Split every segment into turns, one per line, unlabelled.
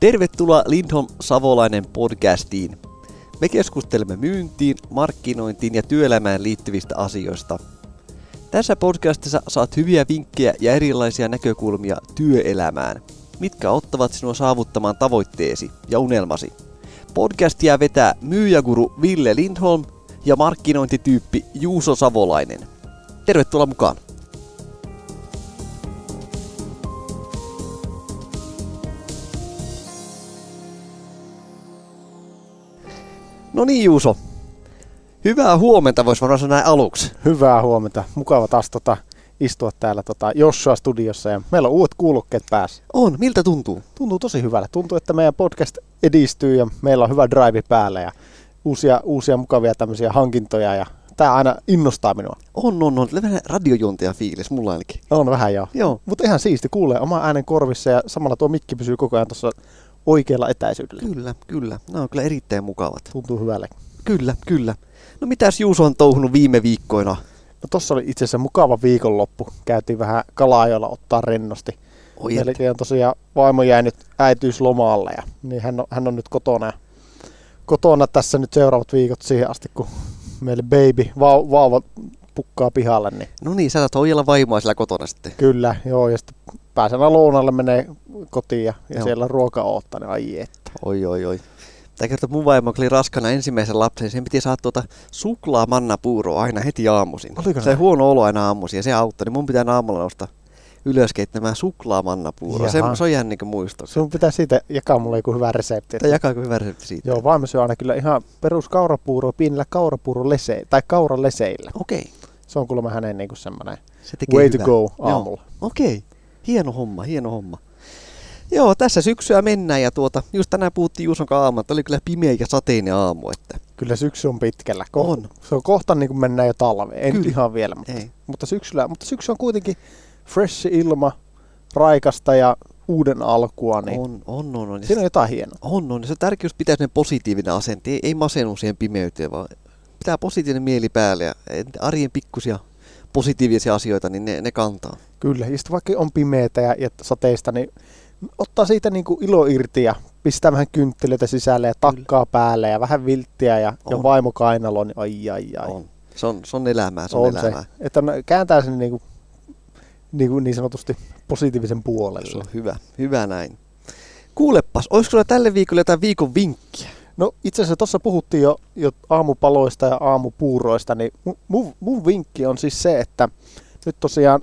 Tervetuloa Lindholm Savolainen podcastiin. Me keskustelemme myyntiin, markkinointiin ja työelämään liittyvistä asioista. Tässä podcastissa saat hyviä vinkkejä ja erilaisia näkökulmia työelämään, mitkä ottavat sinua saavuttamaan tavoitteesi ja unelmasi. Podcastia vetää myyjäguru Ville Lindholm ja markkinointityyppi Juuso Savolainen. Tervetuloa mukaan! No niin Juuso, hyvää huomenta voisi varmaan sanoa näin aluksi.
Hyvää huomenta. Mukava taas tota, istua täällä tota, Jossua studiossa ja meillä on uudet kuulokkeet päässä.
On, miltä tuntuu?
Tuntuu tosi hyvältä. Tuntuu, että meidän podcast edistyy ja meillä on hyvä drive päällä ja uusia, uusia mukavia tämmöisiä hankintoja ja tämä aina innostaa minua.
On, on, on. Tulee Vähän radiojuontaja fiilis mulla ainakin.
On vähän joo.
Joo.
Mutta ihan siisti kuulee oma äänen korvissa ja samalla tuo mikki pysyy koko ajan tuossa oikealla etäisyydellä.
Kyllä, kyllä. Nämä on kyllä erittäin mukavat.
Tuntuu hyvälle.
Kyllä, kyllä. No mitäs Juuso on touhunut viime viikkoina?
No tossa oli itse asiassa mukava viikonloppu. Käytiin vähän kalaajolla ottaa rennosti.
Oi, että.
Melkein on tosiaan vaimo jäi nyt äitiyslomalle ja niin hän, on, hän on nyt kotona. Ja kotona tässä nyt seuraavat viikot siihen asti, kun meille baby, vau, vauva pukkaa pihalle. Niin
No niin, sä saat hoijalla vaimoa siellä kotona sitten.
kyllä, joo. Ja sitten pääsen lounalle, menee kotiin ja, ja
Joo.
siellä ruoka odottaa. Niin ai että.
Oi, oi, oi. Tämä kertoo, mun vaimo, kun oli raskana ensimmäisen lapsen, sen piti saada tuota suklaa mannapuuroa aina heti aamuisin.
Oliko
se
näin?
huono olo aina aamuisin ja se auttoi, niin mun pitää aina aamulla nousta ylös keittämään suklaa mannapuuroa. Se,
Jaha.
se on jäänyt niin muistoksi.
Sun pitää siitä jakaa mulle joku hyvä resepti.
Tämä jakaa hyvä resepti siitä.
Joo, vaimo syö aina kyllä ihan perus kaurapuuroa pienillä kaurapuuroleseillä tai kauraleseillä.
Okei.
Se on kuulemma hänen niinku semmoinen
Se tekee
way to
hyvää.
go
Joo.
aamulla.
Okei, hieno homma, hieno homma. Joo, tässä syksyä mennään ja tuota, just tänään puhuttiin Juuson kanssa aamulla, että oli kyllä pimeä ja sateinen aamu, että
Kyllä syksy on pitkällä. Ko-
On.
Se on kohta niin kuin mennään jo talveen. Ei nyt
Kyllä.
ihan vielä, mutta,
ei.
mutta, syksyllä, mutta syksy on kuitenkin fresh ilma, raikasta ja uuden alkua, niin
On, on, on, on. Ja
siinä on
se-
jotain hienoa.
on, on. Ja Se on tärkeää, pitää sen positiivinen asente, ei, ei masennu siihen pimeyteen, vaan pitää positiivinen mieli päälle ja arjen pikkusia positiivisia asioita, niin ne, ne kantaa.
Kyllä, ja sitten vaikka on pimeätä ja, ja sateista, niin ottaa siitä niin kuin ilo irti ja pistää vähän kynttilöitä sisälle ja takkaa päälle ja vähän vilttiä ja,
On.
ja vaimo kainaloon, niin ai ai ai.
On. Se on, se on elämää, se on,
se.
elämää.
Että no, kääntää sen niin, kuin, niin, kuin niin sanotusti positiivisen
Se
puolelle.
on hyvä, hyvä näin. Kuulepas, olisiko sulla tälle viikolle jotain viikon vinkkiä?
No itse asiassa tuossa puhuttiin jo, jo aamupaloista ja aamupuuroista, niin mu- mun, mun vinkki on siis se, että nyt tosiaan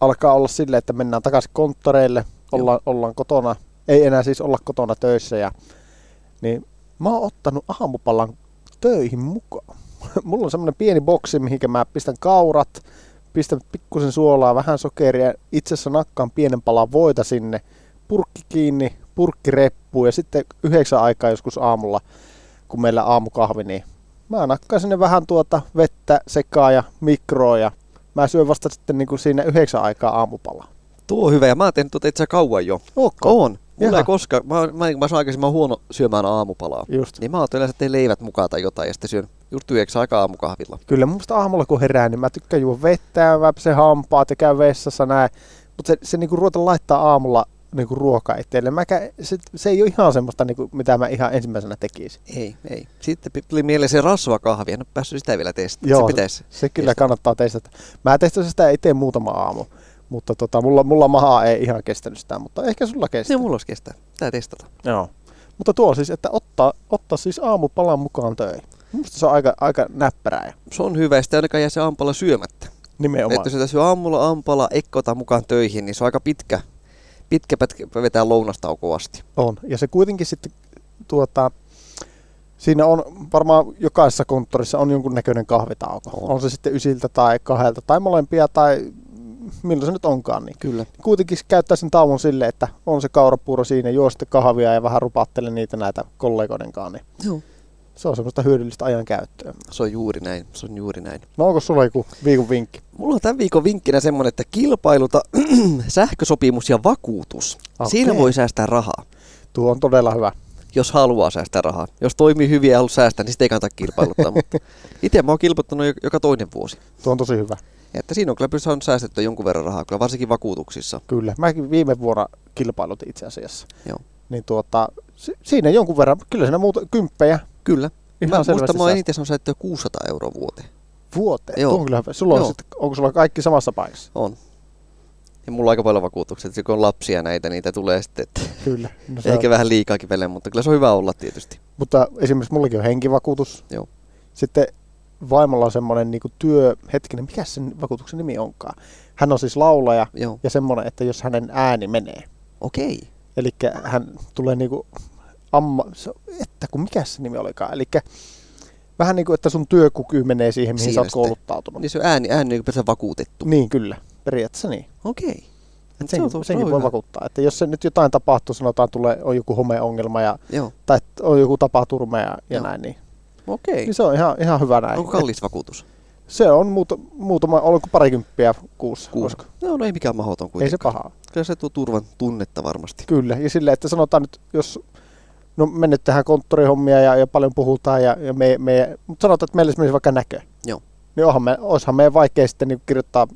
alkaa olla silleen, että mennään takaisin konttoreille, olla, ollaan kotona, ei enää siis olla kotona töissä, ja, niin mä oon ottanut aamupalan töihin mukaan. Mulla on semmoinen pieni boksi, mihinkä mä pistän kaurat, pistän pikkusen suolaa, vähän sokeria, itse asiassa nakkaan pienen palan voita sinne, purkki kiinni, purkki reppuun ja sitten yhdeksän aikaa joskus aamulla, kun meillä aamukahvi, niin mä nakkaan sinne vähän tuota vettä sekaa ja mikroa ja mä syön vasta sitten niin kuin siinä yhdeksän aikaa aamupalaa.
Tuo on hyvä, ja mä oon tehnyt tuota itse asiassa kauan jo.
Onko?
On. Mulla
Jaha.
ei koskaan, mä, oon- mä, mä sanon aikaisin, mä oon huono syömään aamupalaa.
Just.
Niin mä otan yleensä teen leivät mukaan tai jotain ja sitten syön just yhdeksän aikaa aamukahvilla.
Kyllä mun mielestä aamulla kun herää, niin mä tykkään juo vettä ja mä pesen hampaat ja käyn vessassa näin. Mutta se, se niinku ruota laittaa aamulla niinku ruoka eteen. Mä kä- se, se, ei ole ihan semmoista, niinku, mitä mä ihan ensimmäisenä tekisin.
Ei, ei. Sitten pi- tuli mieleen se rasvakahvi, en ole päässyt sitä vielä testaamaan. Se
Joo.
pitäisi.
Se kyllä kannattaa testata. Mä testasin sitä itse muutama aamu, mutta tota, mulla, mulla maha ei ihan kestänyt sitä, mutta ehkä sulla
Ne
kestää.
Niin, mulla olisi kestää. Tää testata.
Joo. Mutta tuo siis, että ottaa, ottaa siis aamupalan mukaan töihin. Musta se on aika, aika näppärää.
Se on hyvä, ja sitten ainakaan jää se ampala syömättä.
Nimenomaan.
Että jos sitä syö aamulla ampala, ekkota mukaan töihin, niin se on aika pitkä, pitkä pätkä vetää lounastaukoa asti.
On. Ja se kuitenkin sitten tuota, siinä on varmaan jokaisessa konttorissa on jonkunnäköinen kahvitauko.
On.
On, on se sitten ysiltä tai kahdelta tai molempia tai milloin se nyt onkaan. Niin
Kyllä.
kuitenkin käyttää sen tauon sille, että on se kaurapuuro siinä, juo sitten kahvia ja vähän rupattele niitä näitä kollegoiden kanssa. Niin
Joo.
se on semmoista hyödyllistä ajankäyttöä.
Se on juuri näin. Se on juuri näin.
No onko sulla joku viikon vinkki?
Mulla on tämän viikon vinkkinä semmoinen, että kilpailuta sähkösopimus ja vakuutus. Okay.
Okei.
Siinä voi säästää rahaa,
Tuo on todella hyvä.
jos haluaa säästää rahaa. Jos toimii hyvin ja haluaa säästää, niin sitä ei kannata kilpailuttaa. mutta itse mä oon kilpailuttanut jo- joka toinen vuosi.
Tuo on tosi hyvä.
Että siinä on kyllä pystynyt saanut säästettyä jonkun verran rahaa, kyllä varsinkin vakuutuksissa.
Kyllä. Mäkin viime vuonna kilpailut itse asiassa.
Joo.
niin tuota, si- siinä jonkun verran, kyllä siinä muuta, kymppejä
Kyllä.
ihan
mä
selvästi
muistan, mä oon
saa
eniten semmoisen, että 600 euroa vuoteen.
vuoteen.
Joo.
Joo. Tuo on kyllä, hyvä. sulla on
Joo.
sit, onko sulla kaikki samassa paikassa?
On. Ja mulla on aika paljon vakuutuksia, että kun on lapsia näitä, niitä tulee sitten, että
Kyllä. No se on-
ehkä vähän liikaakin välillä, mutta kyllä se on hyvä olla tietysti.
Mutta esimerkiksi mullakin on henkivakuutus.
Joo.
Sitten vaimolla on semmoinen niin työ, hetkinen, mikä sen vakuutuksen nimi onkaan? Hän on siis laulaja
Joo.
ja semmoinen, että jos hänen ääni menee,
Okei.
eli hän tulee niin kuin amma, se- että kun mikä se nimi olikaan, eli vähän niin kuin, että sun työkyky menee siihen, mihin
Siinä
sä oot
sitten.
kouluttautunut.
Niin se on ääni, ääni niin se vakuutettu.
Niin, kyllä, periaatteessa niin.
Okei. Et se on
Senkin,
tu- se
senkin
on
voi
hyvä.
vakuuttaa, että jos se nyt jotain tapahtuu, sanotaan tulee, on joku homeongelma ja,
Joo.
tai että on joku tapaturma ja, ja
Joo.
näin, niin,
Okei.
niin se on ihan, ihan hyvä näin.
Onko kallis vakuutus?
Se on muuta, muutama, oliko parikymppiä kuussa.
Kuusi.
koska-
No, no ei mikään mahdoton
Ei
kuitenkaan.
se pahaa.
Kyllä se tuo turvan tunnetta varmasti.
Kyllä, ja silleen, että sanotaan nyt, jos no me nyt tehdään konttorihommia ja, ja paljon puhutaan, ja, ja me, me, mutta sanotaan, että meillä esimerkiksi vaikka näkö.
Joo.
Niin onhan me, oishan meidän vaikea sitten niin kirjoittaa,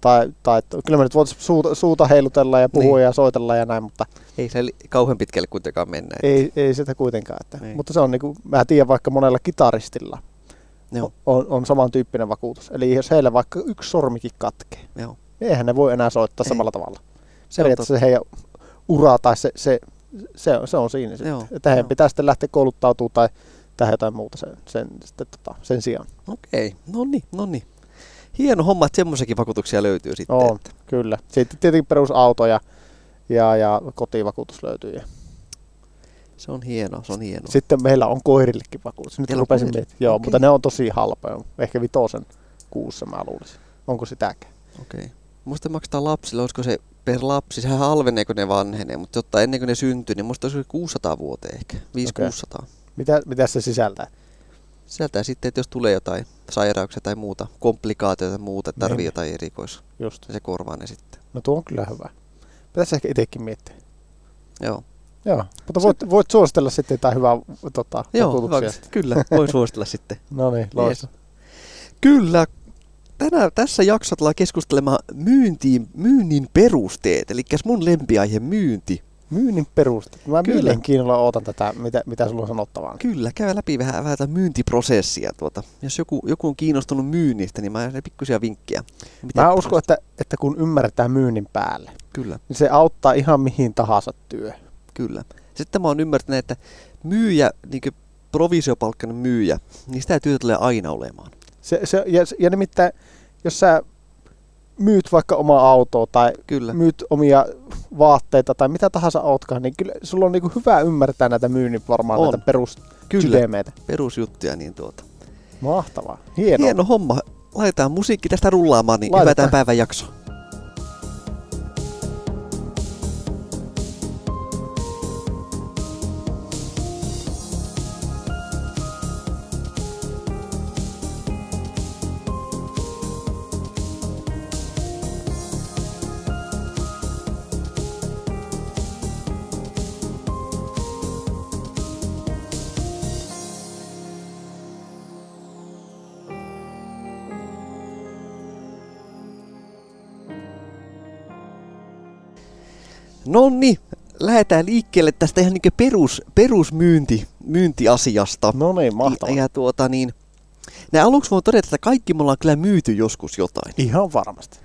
tai, tai että kyllä me nyt voitaisiin suuta, suuta heilutella ja puhua
Niin.
ja soitella ja näin, mutta
Ei se li- kauhean pitkälle kuitenkaan mennä. et-
ei, ei sitä kuitenkaan. Että.
Niin.
Mutta se on niin kuin, mä tiedän vaikka monella kitaristilla
Joo,
on, on samantyyppinen vakuutus. Eli jos heillä vaikka yksi sormikin katkee,
joo.
niin eihän ne voi enää soittaa
Ei.
ei. samalla tavalla.
Se
se,
on
periaatteessa se heidän ura tai se, se, se, on, se on siinä sitten.
Joo,
että heidän
joo.
pitää sitten lähteä kouluttautumaan tai tähän jotain muuta sen, sen, sitten, tota, sen sijaan.
Okei, no niin, no niin. Hieno homma, että semmoisiakin vakuutuksia löytyy sitten.
On,
että-
kyllä. Sitten tietenkin perusauto ja, ja, ja kotivakuutus löytyy. Ja.
Se on hieno, se on hieno.
Sitten meillä on koirillekin vakuutus. Nyt
Teillä on
rupesin
koiria?
miettimään. Joo,
Okei.
mutta ne on tosi halpoja. Ehkä vitosen kuussa mä luulisin. Onko sitäkään?
Okei. Musta maksetaan lapsille, olisiko se per lapsi, sehän halvenee kun ne vanhenee, mutta jotta ennen kuin ne syntyy, niin musta olisiko se 600 vuoteen ehkä, 5-600.
Mitä, mitä se sisältää?
Sieltä sitten, että jos tulee jotain sairauksia tai muuta, komplikaatioita tai muuta, että tarvii
Niin.
jotain erikois,
Just.
niin se korvaa ne sitten.
No tuo on kyllä hyvä. Pitäisi ehkä itsekin miettiä.
Joo,
Joo, mutta voit, voit suositella sitten jotain hyvää tota,
Joo hyvä,
vakuutuksia.
kyllä, voin suositella sitten.
No niin, loista.
Kyllä. Tänään tässä jaksossa tullaan keskustelemaan myyntiin, myynnin perusteet, eli mun lempiaihe myynti.
Myynnin peruste. Mä
Kyllä.
Kyllä. mielenkiinnolla ootan tätä, mitä, mitä sulla on sanottavaa.
Kyllä, käy läpi vähän, vähän tätä myyntiprosessia. Tuota. Jos joku, joku on kiinnostunut myynnistä, niin mä annan pikkusia vinkkejä. Mitä
Mä uskon, että, että kun ymmärtää myynnin päälle,
Kyllä,
niin se auttaa ihan mihin tahansa työ.
kyllä. Sitten mä oon ymmärtänyt, että myyjä, niin provisiopalkkainen myyjä, niin sitä työtä tulee aina olemaan.
Se, se, ja, ja nimittäin, jos sä myyt vaikka omaa autoa tai
Kyllä,
myyt omia vaatteita tai mitä tahansa ootkaan, niin kyllä sulla on niinku hyvä ymmärtää näitä myynnin varmaan
On.
näitä perus
kyllä.
systeemeitä.
Perusjuttuja, niin tuota.
Mahtavaa. Hienoa.
Hieno homma. Laitetaan musiikki tästä rullaamaan, niin
Laitetaan.
hyvätään päivän jakso. No niin, lähdetään liikkeelle tästä ihan niin perus, perusmyynti, myyntiasiasta.
No niin, mahtavaa.
Ja, ja tuota niin, nää aluksi voin todeta, että kaikki me ollaan kyllä myyty joskus jotain.
Ihan varmasti.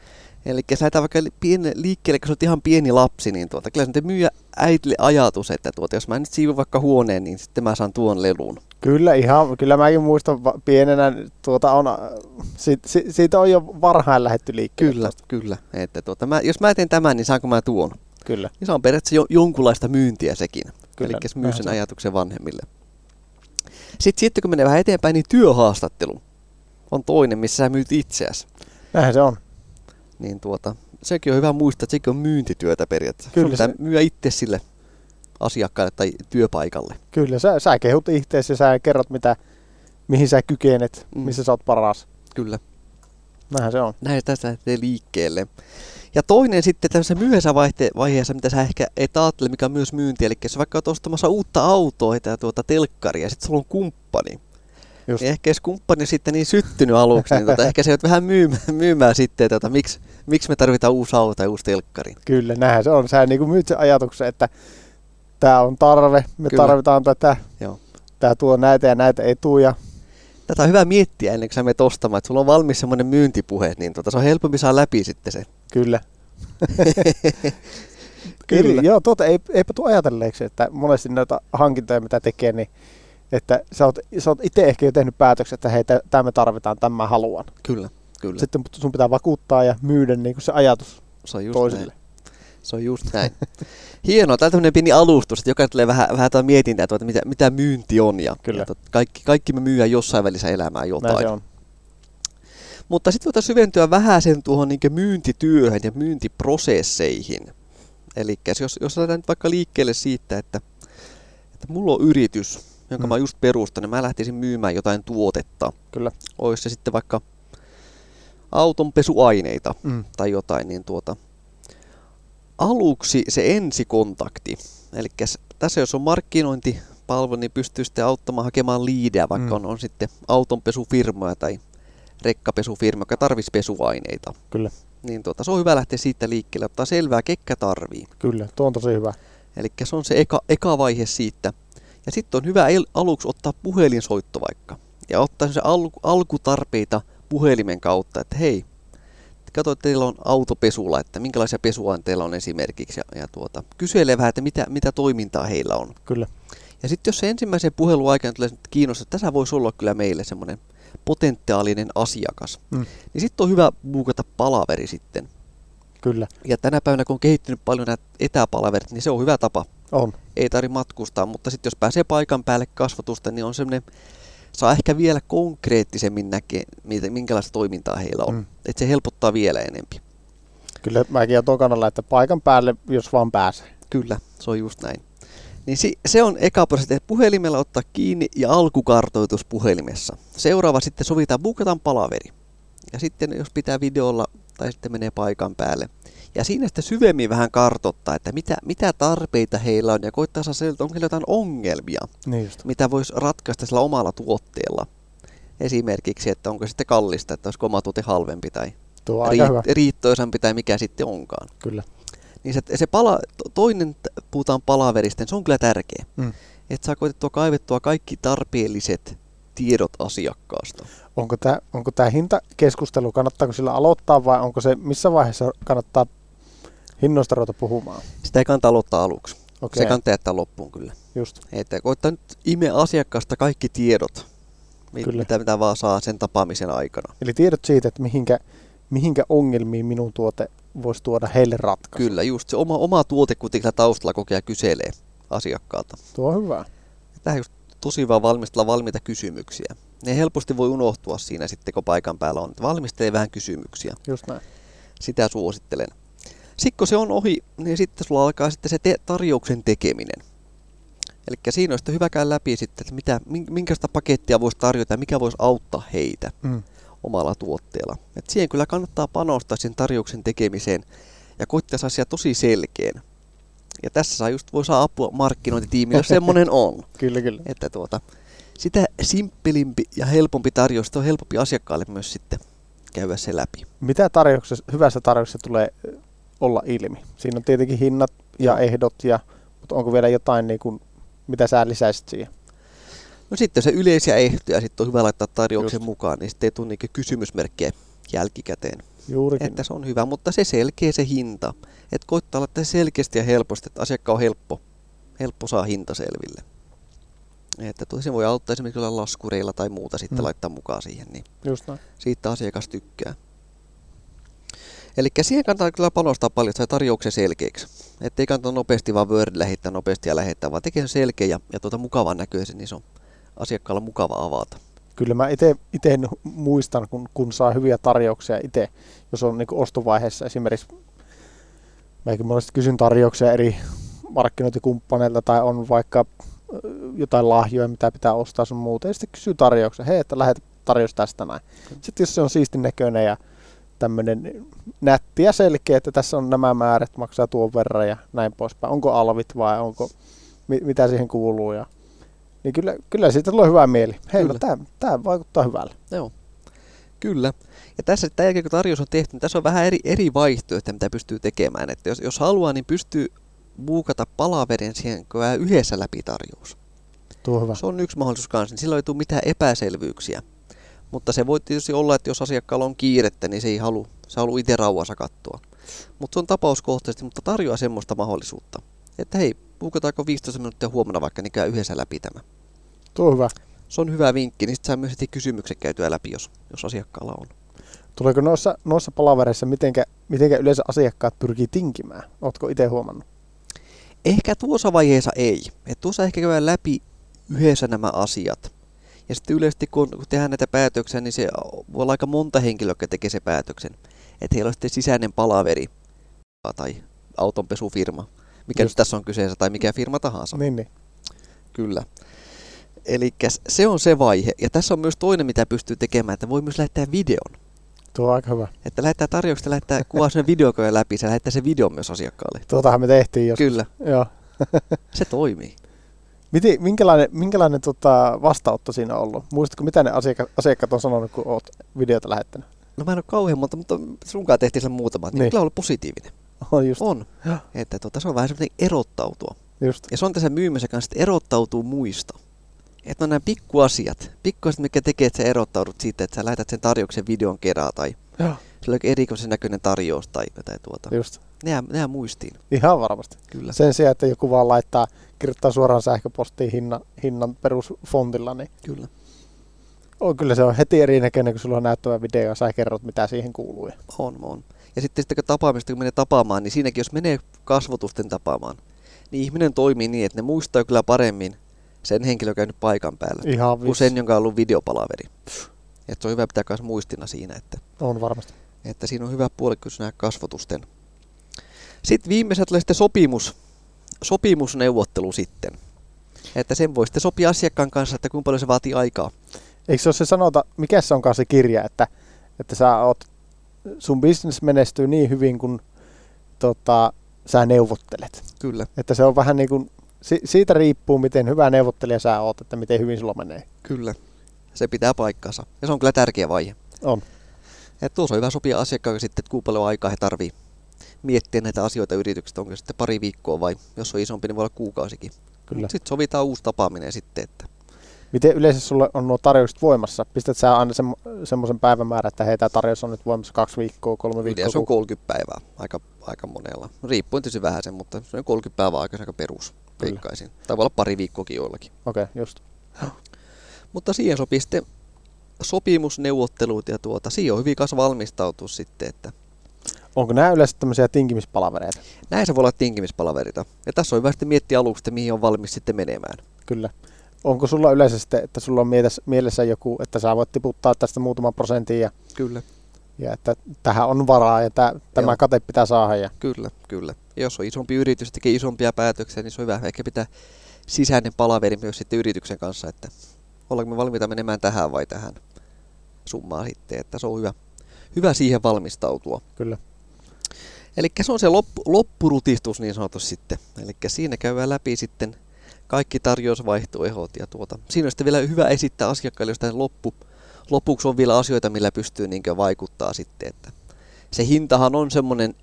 Eli sä lähdetään vaikka li- pieni, liikkeelle, kun sä oot ihan pieni lapsi, niin tuota, kyllä se myyjä äitille ajatus, että tuota, jos mä nyt siivon vaikka huoneen, niin sitten mä saan tuon lelun.
Kyllä ihan, kyllä mäkin muistan va- pienenä, tuota on, äh, si, si, siitä on jo varhain lähetty liikkeelle.
Kyllä, kyllä. Että tuota, mä, jos mä teen tämän, niin saanko mä tuon?
Kyllä.
Niin se on periaatteessa jo, jonkunlaista myyntiä sekin. Kyllä,
Kyllä,
Eli myy
näinhän
sen
se on.
ajatuksen vanhemmille. Sitten, sitten kun menee vähän eteenpäin, niin työhaastattelu on toinen, missä sä myyt itseäsi.
Näinhän se on.
Niin tuota, sekin on hyvä muistaa, että sekin on myyntityötä periaatteessa.
Kyllä
Kyllä. Sun
se-
pitää myyä itse sille asiakkaalle tai työpaikalle.
Kyllä, sä, sä kehut itseäsi ja sä kerrot, mitä, mihin sä kykenet,
Mm.
mm. missä sä oot paras.
Kyllä.
Näinhän se on.
Näin tästä lähtee liikkeelle. Ja toinen sitten tämmöisessä myöhäisessä vaihte- vaiheessa, mitä sä ehkä et ajattele, mikä on myös myynti. Eli jos vaikka oot ostamassa uutta autoa tai tuota telkkaria, ja sitten sulla on kumppani,
Just.
Niin ehkä jos kumppani on sitten niin syttynyt aluksi, niin tota, ehkä se joudut vähän myymään, myymään sitten, että tota, miksi, miksi me tarvitaan uusi auto tai uusi telkkari.
niinku Kyllä, näinhän se on. Sä niin myyt sen ajatuksen, että tämä on tarve, me
Kyllä.
Kyllä. tarvitaan tätä,
Joo.
tämä tuo näitä ja näitä etuja.
Tätä on hyvä miettiä ennen kuin sä menet ostamaan, että sulla on valmis semmoinen myyntipuhe, niin tota, se on helpompi saada läpi sitten se.
Kyllä.
Kyllä.
Eli, joo, tuota ei, eipä tule ajatelleeksi, että monesti noita hankintoja, mitä tekee, niin että sä oot, sä oot itse ehkä jo tehnyt päätöksen, että hei, tämä me tarvitaan, tämän mä haluan.
Kyllä, kyllä.
Sitten sun pitää vakuuttaa ja myydä niin kuin se ajatus
se on just
toisille.
näin. Se on just näin. Hienoa, tää on tämmöinen pieni alustus, että jokainen tulee vähän, vähän tämän mietintää, että mitä, mitä myynti on. Ja,
Kyllä.
ja tot, kaikki, kaikki me myydään jossain välissä elämää
Näin
jotain.
se on.
Mutta sitten voitaisiin syventyä vähän sen tuohon niin myyntityöhön ja myyntiprosesseihin. Eli jos, jos lähdetään nyt vaikka liikkeelle siitä, että, että mulla on yritys, jonka
Mm.
mä oon just perustanut, mä lähtisin myymään jotain tuotetta.
Kyllä.
Ois se sitten vaikka autonpesuaineita
Mm.
tai jotain, niin tuota, aluksi se ensikontakti. Eli tässä jos on markkinointipalvelu, niin pystyy sitten auttamaan hakemaan liidejä, vaikka mm.
Mm.
on, on sitten autonpesufirmoja tai rekkapesufirma, joka tarvitsisi pesuaineita.
Kyllä.
Niin tuota, se on hyvä lähteä siitä liikkeelle, ottaa selvää, ketkä tarvii.
Kyllä, tuo on tosi hyvä.
Eli se on se eka, eka vaihe siitä. Ja sitten on hyvä el- aluksi ottaa puhelinsoitto vaikka. Ja ottaa se al- alkutarpeita puhelimen kautta, että hei, kato, että teillä on autopesulla, että minkälaisia pesuaineita teillä on esimerkiksi. Ja, ja tuota, kyselee vähän, että mitä, mitä toimintaa heillä on.
Kyllä.
Ja sitten jos se ensimmäisen puhelun aikana tulee kiinnostaa, että tässä voisi olla kyllä meille semmoinen potentiaalinen asiakas,
Mm.
niin sitten on hyvä buukata palaveri sitten.
Kyllä.
Ja tänä päivänä, kun on kehittynyt paljon nämä etäpalaverit, niin se on hyvä tapa
On.
ei tarvitse matkustaa, mutta sitten jos pääsee paikan päälle kasvatusta, niin on semmoinen, saa ehkä vielä konkreettisemmin näkee, mitä- minkälaista toimintaa heillä on. Mm.
Mm.
Että se helpottaa vielä enempi.
Kyllä mäkin on kannalla, että paikan päälle, jos vaan pääsee.
Kyllä, se on just näin. Niin si- se on eka prosessi, että puhelimella ottaa kiinni ja alkukartoitus puhelimessa. Seuraava sitten sovitaan, bukataan palaveri. Ja sitten jos pitää videolla tai sitten menee paikan päälle. Ja siinä sitten syvemmin vähän kartoittaa, että mitä, mitä tarpeita heillä on ja koittaa saada selvitä, onko heillä jotain ongelmia.
Niin just.
mitä voisi ratkaista sillä omalla tuotteella. Esimerkiksi, että onko sitten kallista, että olisiko oma tuote halvempi tai
Tuo on aika hyvä.
riit- riittoisampi tai mikä sitten onkaan.
Kyllä.
Niin se, se pala, to- toinen, t- puhutaan palaverista, niin se on kyllä tärkeä.
Mm.
Että saa koitettua kaivettua kaikki tarpeelliset tiedot asiakkaasta.
Onko tämä, onko tämä hintakeskustelu, kannattaako sillä aloittaa vai onko se, missä vaiheessa kannattaa hinnoista ruveta puhumaan?
Sitä ei kannata aloittaa aluksi. Okay.
Okei,
Se kannattaa jättää loppuun kyllä.
just.
Että koittaa nyt ime asiakkaasta kaikki tiedot, mit-
Kyllä.
mitä, mitä vaan saa sen tapaamisen aikana.
Eli tiedot siitä, että mihinkä, mihinkä ongelmiin minun tuote voisi tuoda heille ratkaisu.
Kyllä, just se oma, oma tuote kuitenkin siellä taustalla kokea kyselee asiakkaalta.
Tuo on hyvä.
Tähän just tosi vaan valmistella valmiita kysymyksiä. Ne helposti voi unohtua siinä sitten, kun paikan päällä on. Valmistelee vähän kysymyksiä.
Just näin.
Sitä suosittelen. Sitten kun se on ohi, niin sitten sulla alkaa sitten se te- tarjouksen tekeminen. Eli siinä on sitten hyvä käydä läpi sitten, että mitä, min- minkälaista pakettia voisi tarjota ja mikä voisi auttaa heitä
Mm.
omalla tuotteella. Et siihen kyllä kannattaa panostaa sen tarjouksen tekemiseen ja koittaa saada siellä tosi selkeän. Ja tässä saa just voi saa apua markkinointitiimille, jos semmoinen on.
Kyllä, kyllä.
Että tuota, sitä simppelimpi ja helpompi tarjous, sitä on helpompi asiakkaalle myös sitten käydä se läpi.
Mitä tarjouksessa, hyvässä tarjouksessa tulee ö, olla ilmi? Siinä on tietenkin hinnat ja
Joo.
ehdot, ja, mutta onko vielä jotain, niin kuin, mitä sä lisäisit siihen?
No sitten se yleisiä ehtoja sitten on hyvä laittaa tarjouksen
Just.
mukaan, niin sitten ei tule niinkö kysymysmerkkejä jälkikäteen.
Juurikin.
Että se on hyvä, mutta se selkeä se hinta. Että koittaa laittaa se selkeästi ja helposti, että asiakkaan on helppo, helppo saa hinta selville. Että tuo- se voi auttaa esimerkiksi jollain laskureilla tai muuta sitten
Mm.
laittaa mukaan siihen, niin
Just näin.
siitä asiakas tykkää. Eli siihen kannattaa kyllä panostaa paljon, että saa tarjouksen selkeäksi. Että ei kannata nopeasti vaan Word lähettää nopeasti ja lähettää, vaan tekee sen selkeä ja, ja tuota mukavan näköisen, niin se on asiakkaalla mukava avata.
Kyllä mä itse muistan, kun, kun saa hyviä tarjouksia itse, jos on niin ostovaiheessa esimerkiksi. Mäkin monesti kysyn tarjouksia eri markkinointikumppaneilta tai on vaikka ö, jotain lahjoja, mitä pitää ostaa sun muuta. Ja sitten kysyy tarjouksia, hei, että lähetä tarjous tästä näin. Sitten jos se on siistin näköinen ja tämmöinen nätti ja selkeä, että tässä on nämä määrät, maksaa tuon verran ja näin poispäin. Onko alvit vai onko, mi, mitä siihen kuuluu ja niin kyllä, kyllä siitä tulee hyvä mieli. Hei,
Kyllä.
no tämä, tämä vaikuttaa hyvältä.
Joo. Kyllä. Ja tässä tämän jälkeen, kun tarjous on tehty, niin tässä on vähän eri, eri vaihtoehtoja, mitä pystyy tekemään. Että jos, jos haluaa, niin pystyy muukata palaverin siihen, kun vähän yhdessä läpi tarjous.
Tuo on hyvä.
Se on yksi mahdollisuus kanssa, niin silloin ei tule mitään epäselvyyksiä. Mutta se voi tietysti olla, että jos asiakkaalla on kiirettä, niin se ei halua, se halua itse rauhassa katsoa. Mutta se on tapauskohtaisesti, mutta tarjoaa semmoista mahdollisuutta. Että hei, puukataanko 15 minuuttia huomenna vaikka, niin käy yhdessä läpi tämä.
Tuo on hyvä.
Se on hyvä vinkki, niin sitten saa myös heti kysymykset käytyä läpi, jos, jos asiakkaalla on.
Tuleeko noissa, noissa palavereissa, mitenkä, mitenkä yleensä asiakkaat pyrkii tinkimään? Oletko itse huomannut?
Ehkä tuossa vaiheessa ei. Et tuossa ehkä käydään läpi yhdessä nämä asiat. Ja sitten yleisesti kun, kun tehdään näitä päätöksiä, niin se voi olla aika monta henkilöä, jotka tekee sen päätöksen. Että heillä on sitten sisäinen palaveri tai autonpesufirma, mikä
Just.
nyt tässä on kyseessä, tai mikä firma tahansa.
Niin, niin.
Kyllä. Eli se on se vaihe. Ja tässä on myös toinen, mitä pystyy tekemään, että voi myös lähettää videon.
Tuo on aika hyvä.
Että lähettää tarjouksesta, lähettää kuvaa sen videokoja läpi, se lähettää sen videon myös asiakkaalle.
Tuotahan me tehtiin jos.
Kyllä,
Joo.
se toimii.
Miten, minkälainen, minkälainen tota, vastaanotto siinä on ollut? Muistatko, mitä ne asiakka- asiakkaat on sanonut, kun oot videota lähettänyt?
No mä en ole kauhean monta, mutta sunkaan tehtiin sen muutama. Niin.
Niin.
Kyllä on ollut positiivinen.
On just,
On.
Joo.
Että tuota, se on vähän semmoinen erottautua.
just.
Ja se on tässä myymässä kanssa, että erottautuu muista. Että on nämä pikkuasiat, pikkuasiat, mikä tekee, että sä erottaudut siitä, että sä lähetät sen tarjouksen videon kerää tai
Joo.
sillä on erikoisen näköinen tarjous tai jotain tuota.
Just.
Nehän, nehän muistiin,
Ihan varmasti.
kyllä.
Sen sijaan, että joku vaan laittaa, kirjoittaa suoraan sähköpostiin hinnan, hinnan perusfontilla, niin
kyllä.
on, kyllä se on heti erinäköinen, kun sulla on näyttävä video ja sä kerrot, mitä siihen kuuluu.
On, on. Ja sitten, sitten kun tapaamista, kun menee tapaamaan, niin siinäkin jos menee kasvotusten tapaamaan, niin ihminen toimii niin, että ne muistaa kyllä paremmin sen henkilön, joka on nyt paikan päällä,
Ihan
kuin
vitsi.
sen, jonka on ollut videopalaveri. Että se on hyvä pitää myös muistina siinä, että,
On varmasti.
että siinä on hyvä puolikkuus nämä kasvotusten. Sitten viimeisenä tulee sitten sopimus, sopimusneuvottelu sitten. Että sen voi sitten sopia asiakkaan kanssa, että kuinka paljon se vaatii aikaa.
Eikö se ole se sanota, mikä se onkaan se kirja, että, että sä oot, sun business menestyy niin hyvin, kun tota, sä neuvottelet.
Kyllä,
Että se on vähän niin kuin, si- siitä riippuu, miten hyvä neuvottelija sä oot, että miten hyvin sulla menee.
kyllä. Se pitää paikkansa. Ja se on kyllä tärkeä vaihe.
On.
Et tuossa on hyvä sopia asiakkaalle sitten, että kuinka paljon aikaa he tarvii miettiä näitä asioita yrityksestä, onko se sitten pari viikkoa vai jos on isompi, niin voi olla kuukausikin.
Kyllä.
Sitten sovitaan uusi tapaaminen sitten, että
Miten yleensä sulla on nuo tarjoukset voimassa? Pistät sä aina sem- semmoisen päivämäärän, että hei, tämä tarjous on nyt voimassa kaksi viikkoa, kolme viikkoa.
se on
ku-
30 päivää aika, aika monella. Riippuen tietysti vähän sen, mutta se on 30 päivää aika, aika perus,
Kyllä.
veikkaisin. Tai voi olla pari viikkoakin joillakin.
Okei, okay, just.
Mutta siihen sopii sitten sopimusneuvottelut ja tuota, siihen on hyvin kanssa valmistautua sitten, että
Onko nämä yleensä tämmöisiä tinkimispalavereita?
näin se voi olla tinkimispalaverita. Ja tässä on hyvä sitten miettiä aluksi, että mihin on valmis sitten menemään.
Kyllä. Onko sulla yleensä sitten, että sulla on mielessä, mielessä joku, että sä voit tiputtaa tästä muutaman prosentin ja,
Kyllä.
ja että tähän on varaa ja tää,
Joo.
tämä kate pitää saada. Ja,
Kyllä, kyllä. Ja jos on isompi yritys, tekee isompia päätöksiä, niin se on hyvä ehkä pitää sisäinen palaveri myös sitten yrityksen kanssa, että ollaanko me valmiita menemään tähän vai tähän summaan sitten, että se on hyvä, hyvä siihen valmistautua.
kyllä.
Eli se on se loppu, loppurutistus niin sanotusti sitten. Eli siinä käydään läpi sitten kaikki tarjousvaihtoehdot ja tuota. Siinä on sitten vielä hyvä esittää asiakkaille, jos tämän loppu, lopuksi on vielä asioita, millä pystyy niinkö vaikuttaa sitten. Että se hintahan on semmoinen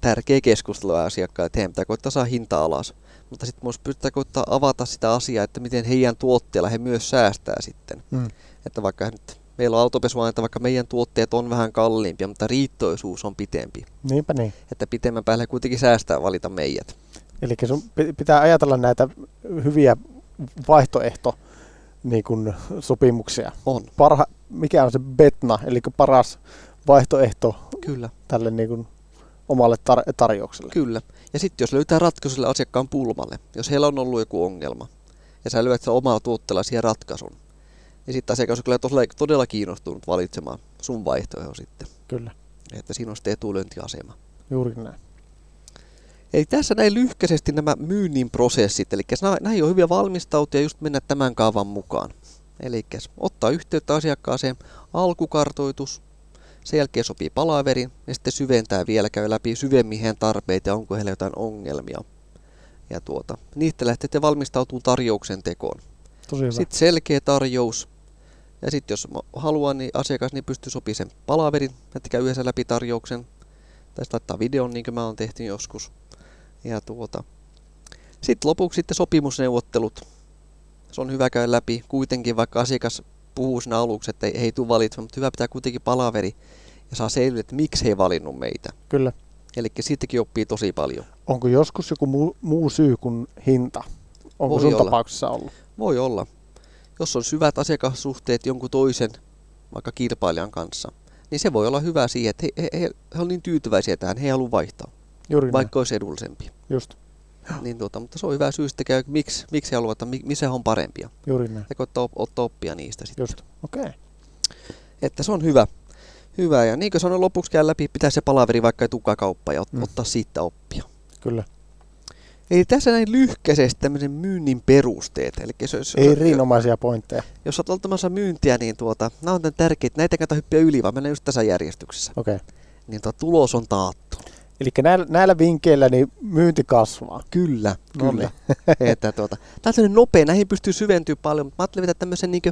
tärkeä keskustelu asiakkaille, että heidän pitää koittaa saada hinta alas. Mutta sitten myös pitää koittaa avata sitä asiaa, että miten heidän tuotteella he myös säästää sitten.
Mm.
Että vaikka nyt meillä on autopesuaineita, vaikka meidän tuotteet on vähän kalliimpia, mutta riittoisuus on pitempi
Niinpä niin.
että pitemmän päälle kuitenkin säästää valita meidät.
Eli sun pi- pitää ajatella näitä hyviä vaihtoehto niin kun, sopimuksia.
On,
Parha, mikä on se betna, eli paras vaihtoehto
kyllä,
tälle niin kun, omalle tar- tarjoukselle.
kyllä. Ja sitten jos löytää ratkaisu sille asiakkaan pulmalle, jos heillä on ollut joku ongelma, ja sä löydät sen omalla tuotteella siihen ratkaisun, niin sitten asiakas on kyllä todella, todella kiinnostunut valitsemaan sun vaihtoehto sitten.
Kyllä,
Että siinä on sitten etulyöntiasema.
juurikin näin.
Eli tässä näin lyhkäisesti nämä myynnin prosessit, eli nä- näihin on hyviä valmistautua ja just mennä tämän kaavan mukaan. Eli ottaa yhteyttä asiakkaaseen, alkukartoitus, sen jälkeen sopii palaverin ja sitten syventää vielä, käy läpi syvemmin heidän tarpeita ja onko heillä jotain ongelmia. Ja tuota, niistä lähtee sitten valmistautuu tarjouksen tekoon.
Tosi hyvä.
Sitten selkeä tarjous. Ja sitten jos ma- haluaa, niin asiakas niin pystyy sopimaan sen palaverin, että käy yhdessä läpi tarjouksen. Tai sitten laittaa videon, niin kuin mä oon tehty joskus. ja tuota. Sitten lopuksi sitten sopimusneuvottelut. Se on hyvä käydä läpi kuitenkin, vaikka asiakas puhuu siinä aluksi, että ei, ei tule valitsemaan, mutta hyvä pitää kuitenkin palaveri ja saa selville, että miksi he ei valinnut meitä.
Kyllä.
Eli siitäkin oppii tosi paljon.
Onko joskus joku muu, muu syy kuin hinta? Onko
Voi
sun
olla.
tapauksessa ollut?
Voi olla. Jos on syvät asiakassuhteet jonkun toisen, vaikka kilpailijan kanssa, niin se voi olla hyvä siihen, että he, he, he, he on niin tyytyväisiä tähän, he ei halua vaihtaa,
Juuri Vaik-
vaikka olisi edullisempi.
Just,
Niin tuota, mutta se on hyvä syy sitten käy, miksi, miksi he haluavat, mi- missä he on parempia.
juuri näin.
Ja koittaa op- ottaa oppia niistä sitten.
Just. Okei. Okay.
Että se on hyvä. Hyvä. Ja niin kuin sanoin, lopuksi käy läpi, pitää se palaveri vaikka ei tulekaan kauppa ja ot-
Mm.
ottaa siitä oppia.
Kyllä.
Eli tässä näin lyhkäisesti tämmöisen myynnin perusteet. Eli jos, jos,
Ei
jos-
riinomaisia pointteja.
jos olet ottamassa myyntiä, niin tuota, nämä on tämän tärkeitä. Näitä ei kannata hyppiä yli, vaan mennään just tässä järjestyksessä.
Okei.
Niin tuo tulos on taattu.
Eli näillä, näillä vinkkeillä niin myynti kasvaa.
Kyllä,
No
kyllä. niin. että tuota, tämä on sellainen nopea, näihin pystyy syventyä paljon, mutta mä ajattelin vetää tämmöisen niin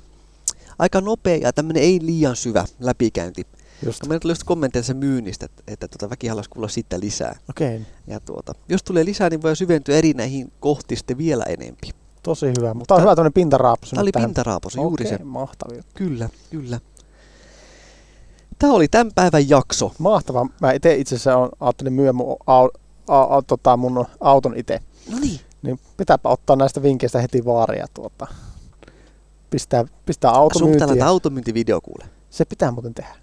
aika nopea ja tämmöinen ei liian syvä läpikäynti.
Just.
Meillä tuli just kommentteja tässä myynnistä, että, että tuota, väki haluaisi kuulla siitä lisää.
Okei. Okay.
Ja tuota, jos tulee lisää, niin voi syventyä eri näihin kohtiin sitten vielä enempi.
Tosi hyvä. Mutta
Mutta-
tämä on hyvä tämmöinen pintaraapsu.
Tämä
nyt
oli
tähän.
pintaraapos, juuri
Okei,
se.
mahtavia.
Kyllä, kyllä. Tämä oli tämän päivän jakso.
Mahtavaa. Mä itse itse asiassa on, ajattelin myyä mun, au, au, au, tota, mun auton itse.
No niin,
Niin pitääpä ottaa näistä vinkkeistä heti vaaria tuota. Pistää, pistää auto
sun pitää
myyntiin.
laittaa automyyntivideo kuule.
Se pitää muuten tehdä.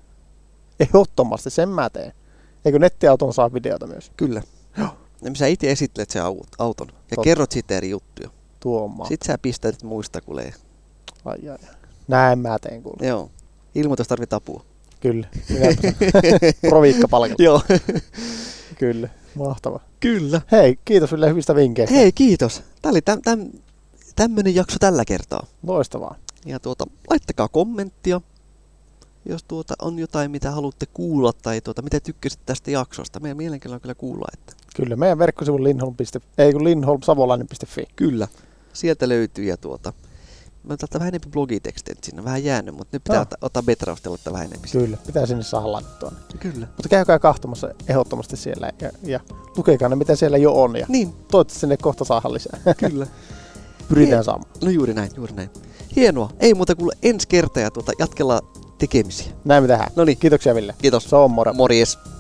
Ehdottomasti, sen mä teen. Eikö nettiauton saa videota myös?
Kyllä. Joo. Sä itse esittelet sen au- auton ja
Totta.
kerrot siitä eri juttuja.
Tuomaan. Sit...
Sitten sä pistät muista kulee.
Ai, ai, ai. Näin mä teen kuule.
Joo. Ilmoitus tarvit apua.
Kyllä. Proviikka paljon.
Joo.
Kyllä. Mahtava.
Kyllä.
Hei, kiitos Ville hyvistä vinkkeistä.
Hei, kiitos. Tämä oli täm, täm, tämmönen jakso tällä kertaa.
Loistavaa.
Ja tuota, laittakaa kommenttia, jos tuota on jotain, mitä haluatte kuulla tai tuota, mitä tykkäsit tästä jaksosta. Meidän mielenkiinnolla kyllä kuulla, että
Kyllä, meidän verkkosivun Lindholm. Ei kun linholmsavolainen.fi.
kyllä, sieltä löytyy ja tuota, mä otan vähän enemmän blogitekstejä nyt sinne, vähän jäänyt, mutta nyt pitää
Joo.
ottaa, ottaa betrausta ja laittaa vähän enemmän.
Kyllä, pitää sinne saada laittua.
Kyllä.
Mutta käykää kahtomassa ehdottomasti siellä ja, ja lukekaa ne, mitä siellä jo on. Ja
Niin,
toivottavasti sinne kohta saada lisää.
kyllä.
Pyritään saamaan.
No juuri näin, juuri näin. Hienoa. Ei muuta kuin ensi kertaa ja tuota, jatkellaan tekemisiä.
Näin me tehdään.
No niin,
Kiitoksia Ville.
kiitos.
Se on moro.
Morjes.